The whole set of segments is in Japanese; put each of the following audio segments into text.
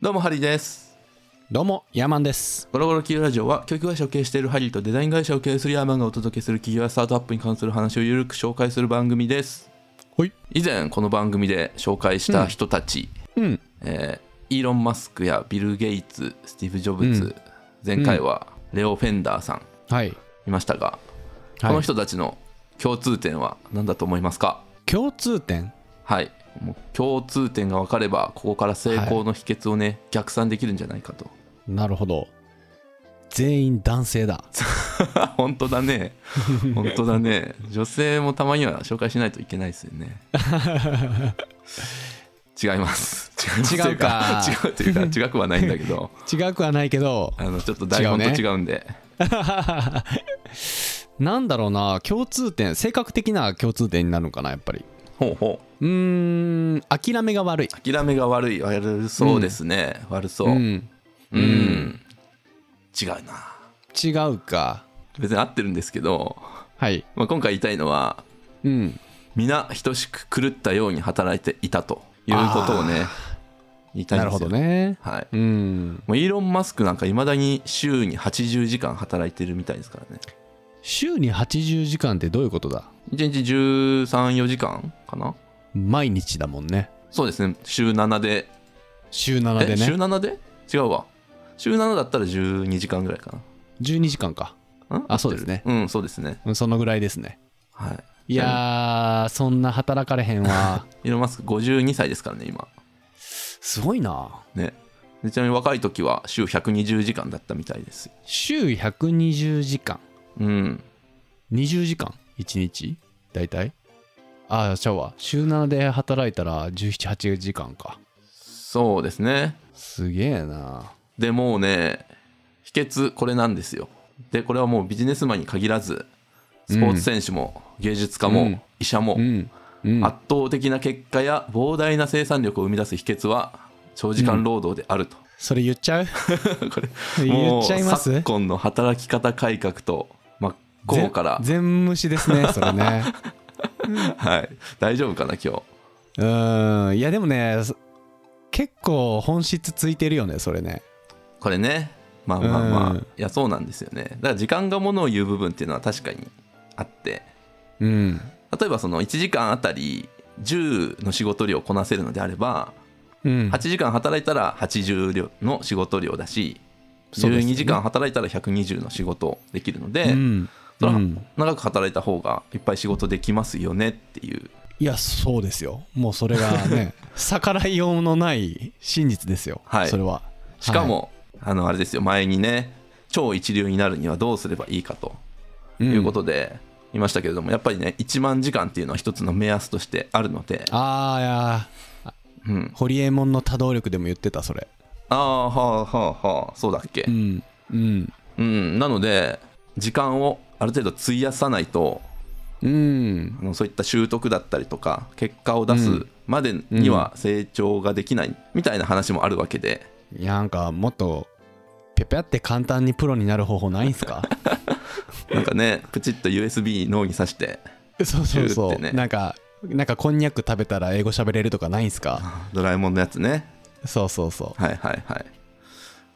どうもハリーですどうも、ヤーマンです。ゴロゴロキーラジオは教育会社を経営しているハリーとデザイン会社を経営するヤーマンがお届けする企業やスタートアップに関する話をゆるく紹介する番組ですはい以前この番組で紹介した人たち、うん。えーイーロン・マスクやビル・ゲイツスティーブ・ジョブズ、うん前回はレオ・フェンダーさんはい。いましたが、はいこの人たちの共通点は何だと思いますか共通点はいもう共通点が分かればここから成功の秘訣をね、逆算できるんじゃないかとなるほど。全員男性だ。 本当だね本当だね女性もたまには紹介しないといけないですよ ね違います違います違というか違うというか違くはないんだけど違くはないけど、あのちょっと台本と違うね違うんで、 なんだろうな、共通点、性格的な共通点になるのかな、やっぱり。ほうほううーん、諦めが悪い。諦めが悪い悪そうですね、悪そうううん、ん。違うな違うか。別に合ってるんですけど、はい。まあ、今回言いたいのはうん。皆等しく狂ったように働いていたということをね言いたいんなですよるほどね。はいうん。もうイーロン・マスクなんかいまだに週に80時間働いてるみたいですからね週に80時間ってどういうことだ1日134時間かな毎日だもんね。そうですね週7で週7でえ週ね。 7で違うわ週7だったら12時間ぐらいか12時間か。なあそうですね合ってるうんそうですねうんそのぐらいですね。はいいやー、そんな働かれへんわ。イーロン・マスク52歳ですからね今 すごいな。ねでちなみに若い時は週120時間だったみたいです週120時間。うん20時間 ?1 日大体ああ、ちゃうわ。週7で働いたら17、8時間か。そうですねすげえな。でもうね秘訣これなんですよでこれはもうビジネスマンに限らずスポーツ選手も芸術家も、うん医者も、うん。うん。圧倒的な結果や膨大な生産力を生み出す秘訣は長時間労働であると、それ言っちゃ うこれ言っちゃいますもう昨今の働き方改革と真っ向から全、全無視ですね、 それね。はい、大丈夫かな今日うーん。いや、でもね、そ結構本質ついてるよね、それね。これねまあまあまあ、うんいやそうなんですよねだから時間がものを言う部分っていうのは確かにあってうん。例えばその1時間あたり10の仕事量をこなせるのであればうん8。時間働いたら80量の仕事量だしそうですよね12時間働いたら120の仕事できるので、うん。それはうん長く働いた方がいっぱい仕事できますよねっていういやそうですよもうそれが ね逆らいようのない真実ですよ、はいそれはしかも、あのあれですよ前にね超一流になるにはどうすればいいかとということで言いましたけれども、やっぱりね1万時間っていうのは一つの目安としてあるので、ああいやうん、ホリエモンの多動力でも言ってたそれああはあはあはあそうだっけうんうんうん、なので時間をある程度費やさないとうんあのそういった習得だったりとか結果を出すまでには成長ができないみたいな話もあるわけで、いやなんかもっとぴゃぴゃって簡単にプロになる方法ないん すかなんかねプチッと USB 脳に挿してそうそうシューっそてう、ねなんかなんかこんにゃく食べたら英語喋れるとかないんすかドラえもんのやつねそうそうそはいはいはい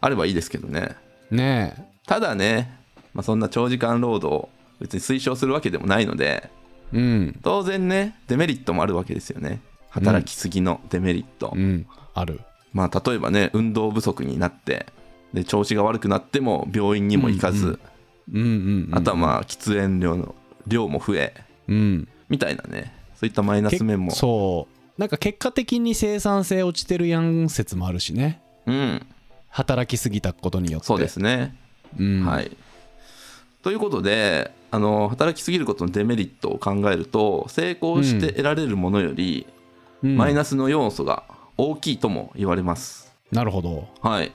あればいいですけどねうねえただね、まあ、そんな長時間労働を別に推奨するわけでもないのでうん当然ねデメリットもあるわけですよね働きすぎのデメリット、うんあるまあ、例えばね運動不足になってで調子が悪くなっても病院にも行かず、うんうんうん、うん、あとはまあ喫煙量の量も増えうんみたいなねそういったマイナス面もけそうなんか結果的に生産性落ちてるやん説もあるしねうん、働きすぎたことによってそうですね、うんはいということであの働きすぎることのデメリットを考えると成功して得られるものより、うんマイナスの要素が大きいとも言われます、なるほどはい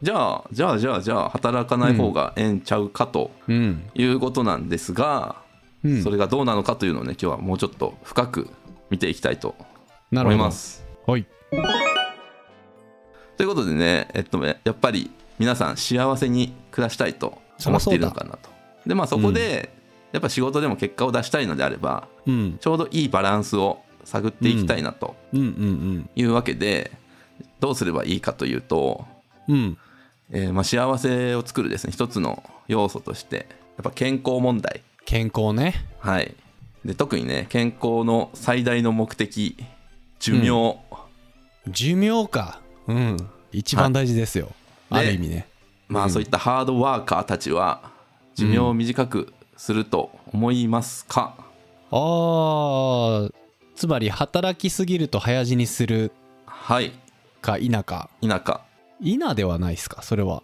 じゃあじゃあじゃあじゃあ働かない方がええんちゃうかとうん、いうことなんですが、うん、それがどうなのかというのをね今日はもうちょっと深く見ていきたいとなる思いほどます。はいということでね、えっと、やっぱり皆さん幸せに暮らしたいとそ思りゃってそいうるだのかなと。でまあそこで、やっぱ仕事でも結果を出したいのであればうんちょうどいいバランスを探っていきたいなとうんうんいうわけで、どうすればいいかというと、うんえーまあ、幸せを作るですね一つの要素としてやっぱ健康問題健康ねはいで特にね健康の最大の目的寿命、寿命かうん一番大事ですよ、はいあるで意味ねまあそういったハードワーカーたちは寿命を短くすると思いますか、あーつまり働きすぎると早死にするはいか否か否か否ではないですかそれは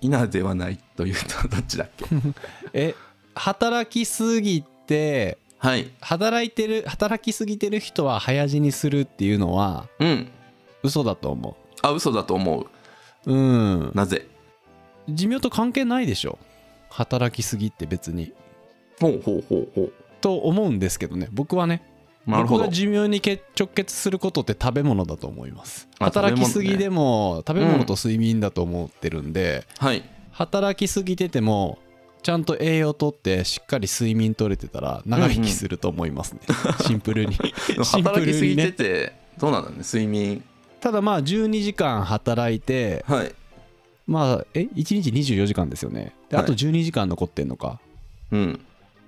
否ではないというとどっちだっけえ働きすぎてはい働いてる働きすぎてる人は早死にするっていうのはうん嘘だと思あ嘘だと思うううんなぜ寿命と関係ないでしょ働きすぎって別にほうほうほうほうと思うんですけどね僕はねなるほ僕どが寿命にけ直結することって食べ物だと思いますあ働きすぎ食べでも食べ物と睡眠だと思ってるんで、 はい働きすぎててもちゃんと栄養とってしっかり睡眠取れてたら長生きすると思いま すね、シンプルにシンプ働きすルぎにてねてどうなんだろうね睡眠ただまあ12時間働いてはいまあえ1日24時間ですよねであとは12時間残ってんのかうん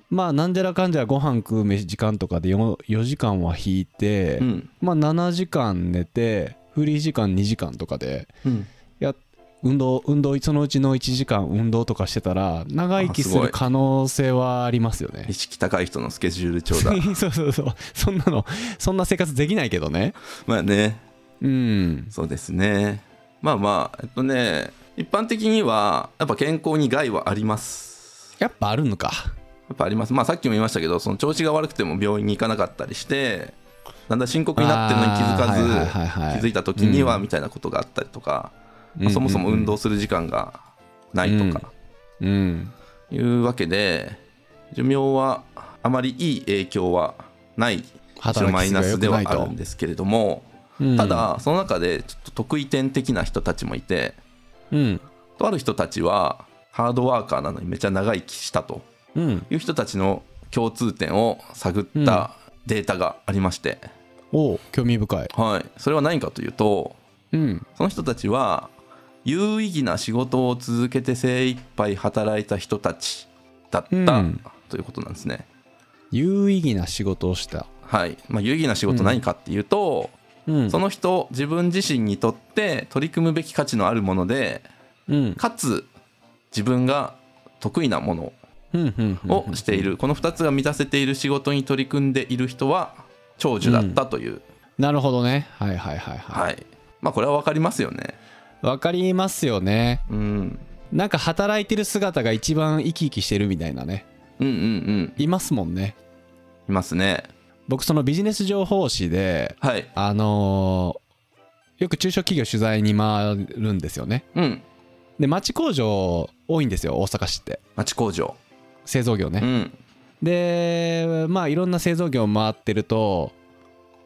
まあなんじゃらかんじゃらご飯食う飯時間とかで 4, 4時間は引いて、うんまあ7時間寝てフリー時間2時間とかでうんや運動運動そのうちの1時間運動とかしてたら長生きすあすごるい可能性はありますよね意識高い人のスケジュール帳 だ そうそうそうそんなのそんな生活できないけどねまあねうんそうですねまあまあえっとね一般的にはやっぱ健康に害はありますやっぱあるのかやっぱありますまあさっきも言いましたけどその調子が悪くても病院に行かなかったりしてだんだん深刻になってるのに気づかず、あーはいはいはいはい気づいた時にはうんみたいなことがあったりとか、うんうまんあそもそも運動する時間がないとかうんいうわけで寿命はあまりいい影響はない一応働マイきすぎナがス良でくはないあるとんですけれども、うんただその中でちょっと得意点的な人たちもいてうんとある人たちはハードワーカーなのにめっちゃ長生きしたとうんいう人たちの共通点を探ったデータがありまして、おう興味深いはい、それは何かというとうんその人たちは有意義な仕事を続けて精一杯働いた人たちだった、うんということなんですね。有意義な仕事をしたはいまあ、有意義な仕事何かっていうと、うんその人自分自身にとって取り組むべき価値のあるものでうんかつ自分が得意なものうんうんうんをしている、この2つが満たせている仕事に取り組んでいる人は長寿だったという、なるほどねはいはいはいはいはいまあこれは分かりますよねわかりますよねうんなんか働いてる姿が一番生き生きしてるみたいなねうんうんうんいますもんねいますね僕そのビジネス情報誌ではいあのーよく中小企業取材に回るんですよねうんで町工場多いんですよ大阪市って町工場製造業うね、んでまあいろんな製造業回ってると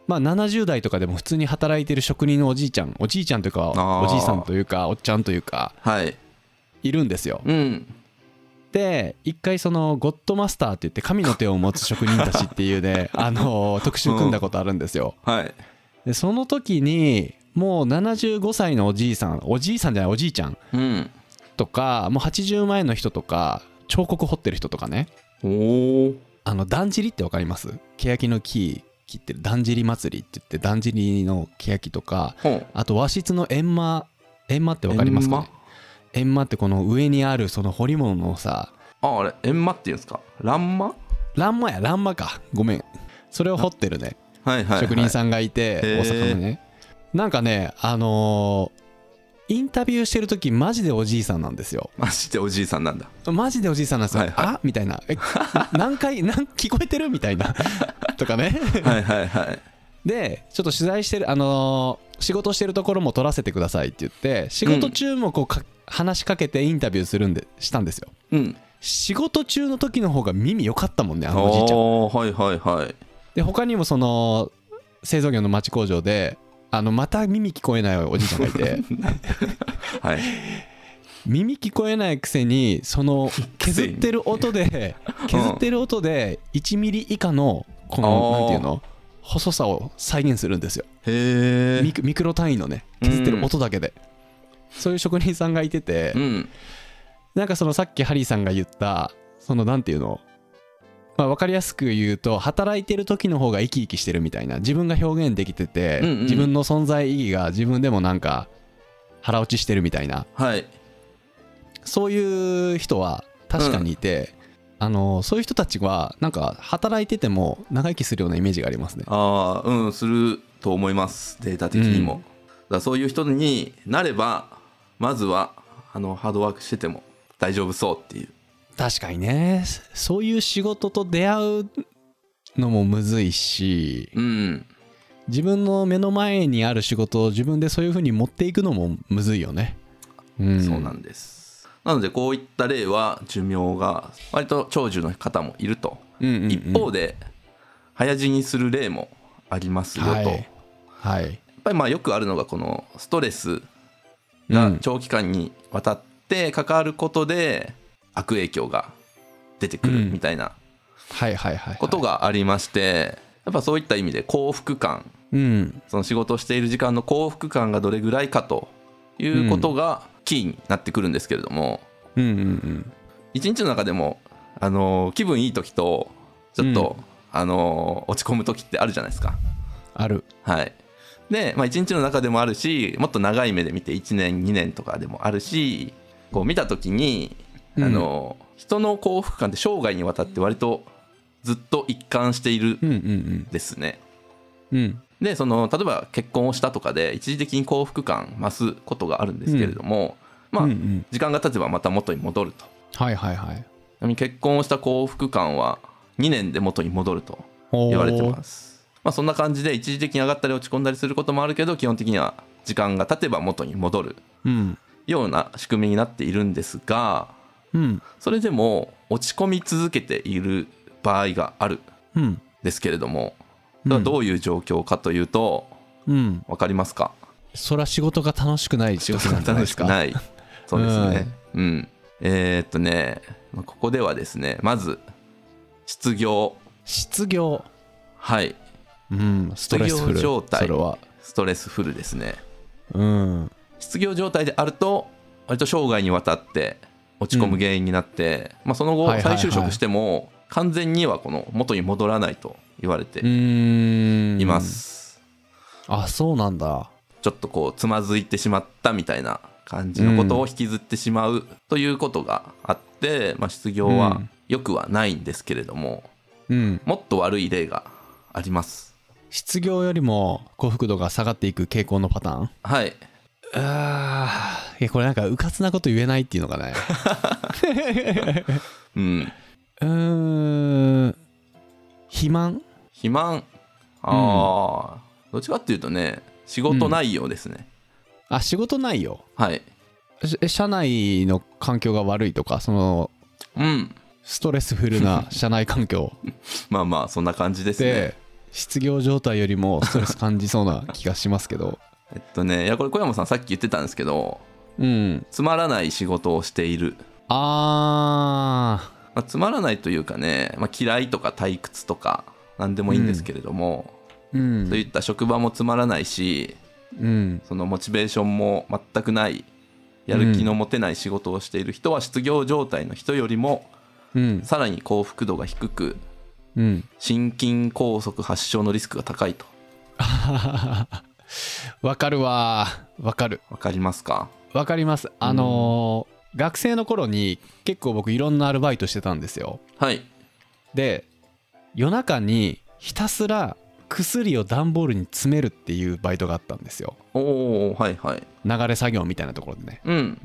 まあ70代とかでも普通に働いてる職人のおじいちゃんおじいちゃんというかあーおじいさんというかおっちゃんというかはいいるんですようんで一回そのゴッドマスターって言って神の手を持つ職人たちっていう ねあの特集組んだことあるんですよ、はいでその時にもう75歳のおじいさんおじいさんじゃないおじいちゃんうんとかもう80前の人とか彫刻彫ってる人とかねおおあのだんじりってわかります欅の木切ってるだんじり祭りって言ってだんじりの欅とかほうあと和室の閻魔閻魔ってわかりますか、ね、閻魔ってこの上にあるその彫り物のさああれ閻魔っていうんですか欄間欄間や欄間かごめんそれを彫ってるねはいはい、はい、職 人さんがいて、へー大阪のねなんかねあのーインタビューしてる時マジでおじいさんなんですよマジでおじいさんなんだマジでおじいさんなんですよ、はいはいあみたいなえ 何回何聞こえてるみたいな とかねはいはいはいでちょっと取材してるあのー仕事してるところも撮らせてくださいって言って仕事中もこうか、話しかけてインタビューするんでしたんですようん仕事中の時の方が耳良かったもんね あのおじいちゃんおーはいはいはいで他にもその製造業の町工場であのまた耳聞こえないおじいちゃんがい てはい耳聞こえないくせにその削ってる音で削ってる音で1ミリ以下のこのあーなんていうの細さを再現するんですよへミえクミクロ単位のね削ってる音だけで、そういう職人さんがいてて、うんなんかそのさっきハリーさんが言ったそのなんていうのまあ、分かりやすく言うと働いてる時の方が生き生きしてるみたいな自分が表現できてて、うんうん自分の存在意義が自分でもなんか腹落ちしてるみたいなはいそういう人は確かにいて、あのそういう人たちはなんか働いてても長生きするようなイメージがありますね。ああうんすると思いますデータ的にも、うんだからそういう人になればまずはあのハードワークしてても大丈夫そうっていう確かにねそういう仕事と出会うのもむずいしうん自分の目の前にある仕事を自分でそういうふうに持っていくのもむずいよね。うん、そうなんです、なのでこういった例は寿命が割と長寿の方もいると、うんうんうん一方で早死にする例もありますよと、はやっい、はいぱりまあよくあるのがこのストレスが長期間にわたって関わることで悪影響が出てくるみたいなはいはいはいことがありましてやっぱそういった意味で幸福感うんその仕事をしている時間の幸福感がどれぐらいかということがキーになってくるんですけれども、うんうんうん一日の中でも、あのー気分いい時とちょっと、あのー落ち込む時ってあるじゃないですか。あるはい、で、まあ、一日の中でもあるしもっと長い目で見て1年2年とかでもあるしこう見た時に、あのー人の幸福感って生涯にわたって割とずっと一貫しているうんんうんうんですね。うんでその例えば結婚をしたとかで一時的に幸福感増すことがあるんですけれども、まあ、うんうん時間が経てばまた元に戻るとはいはいはいちなみに結婚をした幸福感は2年で元に戻ると言言われてますまあそんな感じで一時的に上がったり落ち込んだりすることもあるけど基本的には時間が経てば元に戻るうんような仕組みになっているんですがうんそれでも落ち込み続けている場合があるんうんですけれどもそれはどういう状況かというとうん分かりますかそら仕事が楽しくない仕仕事事がなんじゃな楽いでしすくかないそうですねうん、えーっとねここではですねまず失業失業はいうんストレスフ失ル業状態それはストレスフルですねうん失業状態であると割と生涯にわたって落ち込む原因になって、まあ、その後はいはいは再就い職しても完全にはこの元に戻らないと言われていいます、あそうなんだちょっとこうつまずいてしまったみたいな感じのことを引きずってしまうということがあって、まあ、失業は良くはないんですけれども、うんもっと悪い例があります失業よりも幸福度が下がっていく傾向のパターンはいあーいやこれなんかうかつなこと言えないっていうのがねうんうーん肥満肥満ああ、どっちかっていうとね仕事内容ですね、あ仕事ないよはいしえ社内の環境が悪いとかそのうんストレスフルな社内環境まあまあそんな感じですねで失業状態よりもストレス感じそうな気がしますけどえっとねいやこれ小山さんさっき言ってたんですけどうんつまらない仕事をしている、あまあ、つまらないというかね、まあ、嫌いとか退屈とか何でもいいんですけれども、ーうんそういった職場もつまらないしうんそのモチベーションも全くないやる気の持てない仕事をしている人は失業状態の人よりもうんさらに幸福度が低くうん心筋梗塞発症のリスクが高いと わかるわわかるわかりますかわかりますあのー学生の頃に結構僕いろんなアルバイトしてたんですよはいで夜中にひたすら薬を段ボールに詰めるっていうバイトがあったんですよおおはいはい流れ作業みたいなところでねうん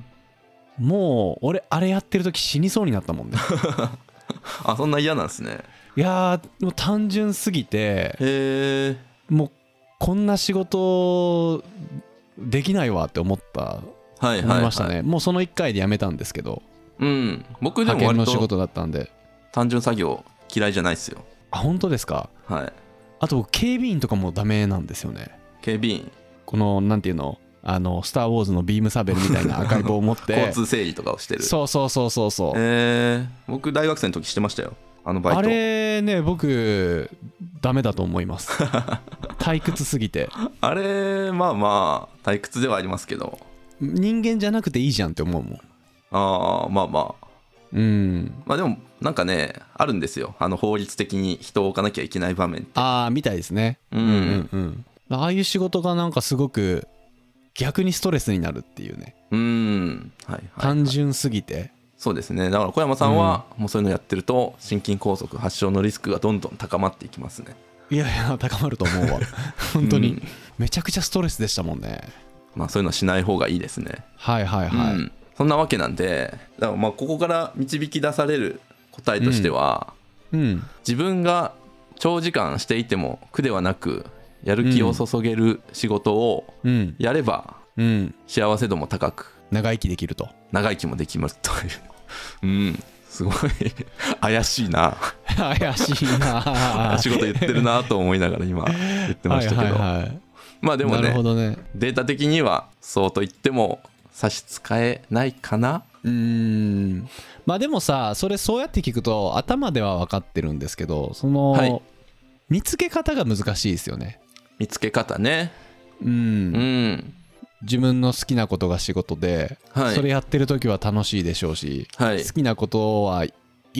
もう俺あれやってる時死にそうになったも んねあそんな嫌なんですねいやーもう単純すぎてへえもうこんな仕事できないわって思ったはいはい、思はいいましたね、もうその1回で辞めたんですけどうん僕で派も遣割の仕と事だったんで単純作業嫌いじゃないですよあ本当ですかはいあと僕警備員とかもダメなんですよね警備員このなんていうのあのスター・ウォーズのビームサーベルみたいな赤 い棒を持って交通整理とかをしてるそうそうそうそうそう、えー、僕大学生の時してましたよあのバイトあれね僕ダメだと思います 退屈すぎてあれまあまあ退屈ではありますけど人間じゃなくていいじゃんって思うもんああまあまあうんまあでもなんかねあるんですよあの法律的に人を置かなきゃいけない場面ああみたいですねうんうんうんうんああいう仕事がなんかすごく逆にストレスになるっていうねうんはいはい、単純すぎてそうですねだから小山さんはもうそういうのやってると心筋梗塞発症のリスクがどんどん高まっていきますねいやいや高まると思 うわ本当うにんめちゃくちゃストレスでしたもんねまあそういうのはしない方がいいですねはいはいはい、うんそんなわけなんでだからまあここから導き出される答えとしては、うん、自分が長時間していても苦ではなくやる気を注げる仕事をうん、やればうん、幸せ度も高く長生きできると。長生きもできますといううんすごい怪しいな怪しいな。仕事言ってるなと思いながら今言ってましたけど、はいはいはい、まあでもなるほねどね。データ的にはそうと言っても差し支えないかなうーん。まあでもさ、それそうやって聞くと頭では分かってるんですけど、その、はい見つけ方が難しいですよね。見つけ方ねうん、うん自分の好きなことが仕事で、はいそれやってる時は楽しいでしょうし、はい好きなことはイ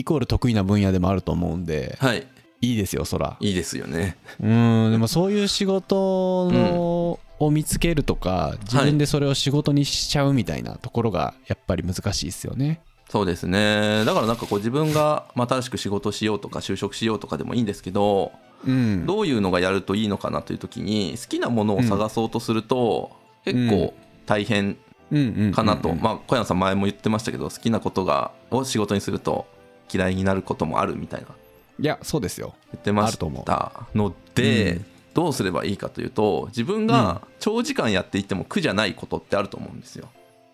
コール得意な分野でもあると思うんで、はいいいですよそらいいですよねうんでもそういう仕事の、を見つけるとか自分でそれを仕事にしちゃうみたいなところがやっぱり難しいですよね。そうですねだからなんかこう自分がまあ新しく仕事しようとか就職しようとかでもいいんですけどうん、どういうのがやるといいのかなという時に好きなものを探そうとすると結構大変うんうんかなと、うんまあ、小山さん前も言ってましたけど好きなことがを仕事にすると嫌いになることもあるみたいないやそうですよ。言ってまあるしと思たので、うんどうすればいいかというと自分が長時間やっていても苦じゃないことってあると思うんですよ。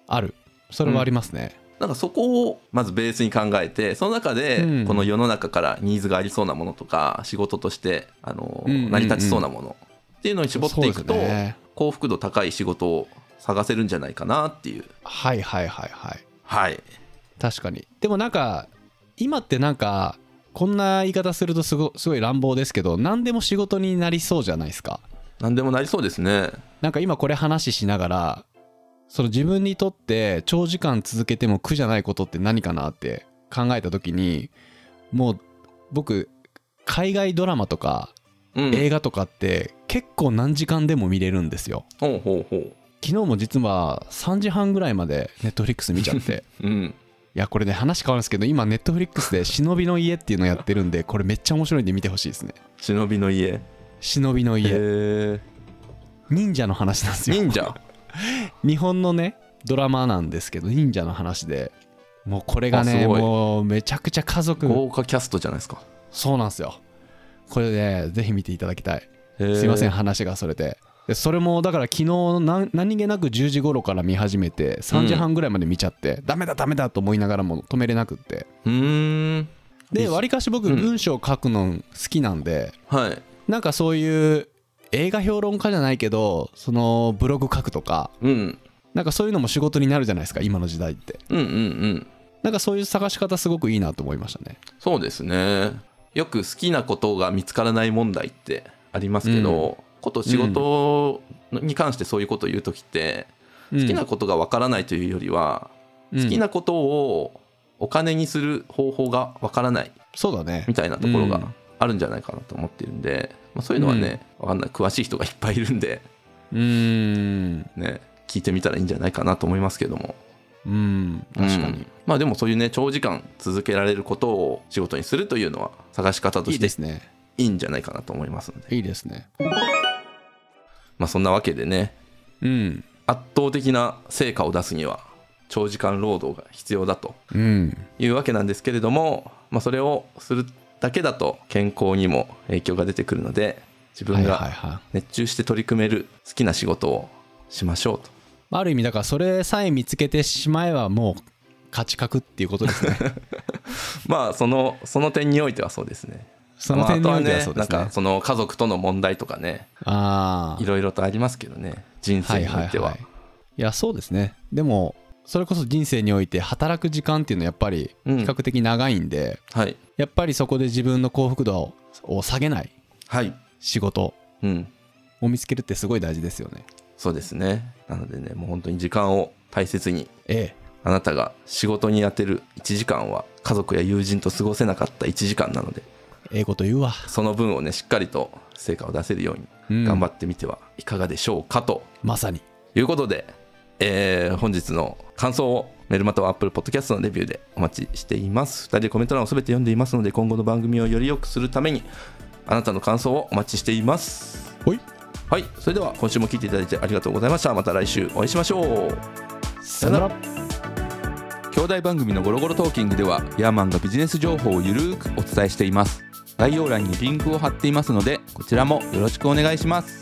あるそれはありますね。なんかそこをまずベースに考えてその中うでんこの世の中からニーズがありそうなものとか仕事としてあのうんうんうん成り立ちそうなものっていうのに絞っていくとそうですね幸福度高い仕事を探せるんじゃないかなっていうはいはいはいはいはい確かに。でもなんか今ってなんかこんな言い方するとすごすごい乱暴ですけど何でも仕事になりそうじゃないですか。何でもなりそうですねなんか今これ話しながらその自分にとって長時間続けても苦じゃないことって何かなって考えた時にもう僕海外ドラマとかうん映画とかって結構何時間でも見れるんですよほうほうほう昨日も実は3時半ぐらいまでネットフリックス見ちゃって うんいやこれね話変わるんですけど今ネットフリックスで「忍びの家」っていうのやってるんでこれめっちゃ面白いんで見てほしいですね忍びの家忍びのへ家え忍者の話なんですよ忍者日本のねドラマなんですけど忍者の話でもうこれがあねすごいもうめちゃくちゃ家族豪華キャストじゃないですかそうなんですよこれねぜひ見ていただきたいすすいません話がそれてでそれもだから昨日なん何気なく10時頃から見始めて3時半ぐらいまで見ちゃって、ダメだダメだと思いながらも止めれなくってうーんでわりかし僕うん文章書くの好きなんで、はいなんかそういう映画評論家じゃないけどそのブログ書くとかうんなんかそういうのも仕事になるじゃないですか今の時代ってうんうんうんなんかそういう探し方すごくいいなと思いましたね。そうですねよく好きなことが見つからない問題ってありますけど、こと仕事に関してそういうことを言う時って、好きなことがわからないというよりは、好きなことをお金にする方法がわからないそうだねみ。たいなところうがんあるんじゃないかなと思っているんで、まあ、そういうのはね、わかんない詳しい人がいっぱいいるんで、うーん。ね、聞いてみたらいいんじゃないかなと思いますけどもうん。確かうにん。まあでもそういうね長時間続けられることを仕事にするというのは探し方といいしてですね。いいんじゃないかなと思いますのでいいですね。まあそんなわけでねうん。圧倒的な成果を出すには長時間労働が必要だとうん。いうわけなんですけれども、まあ、それをするだけだと健康にも影響が出てくるので自は分いはいがはい。熱中して取り組める好きな仕事をしましょうとある意味だからそれさえ見つけてしまえばもう勝ち確っていうことで すね。まあそのその点においてはそうですねその点においてまあはあとそはうですなんねか。その家族との問題とかねあいろいろとありますけどね人あ。生はいにおはいいては,、はい。いやそうですね。でもそれこそ人生において働く時間っていうのはやっぱりうん比較的長いんで、はいやっぱりそこで自分の幸福度を下げないはい仕事うんを見つけるってすごい大事ですよね。そうですねなのでねもう本当に時間を大切にええ、あなたが仕事に充てる1時間は家族や友人と過ごせなかった1時間なのでええこと言うわ。その分をねしっかりと成果を出せるよううんに頑張ってみてはいかがでしょうかとまさに。いうことで、えー本日の感想をメールまたは Apple Podcast のレビューでお待ちしています2人でコメント欄を全て読んでいますので今後の番組をより良くするためにあなたの感想をお待ちしていますほい。はいそれでは今週も聞いていただいてありがとうございましたまた来週お会いしましょうさよなら。兄弟番組のゴロゴロトーキングではヤーマンがビジネス情報をゆるーくお伝えしています概要欄にリンクを貼っていますのでこちらもよろしくお願いします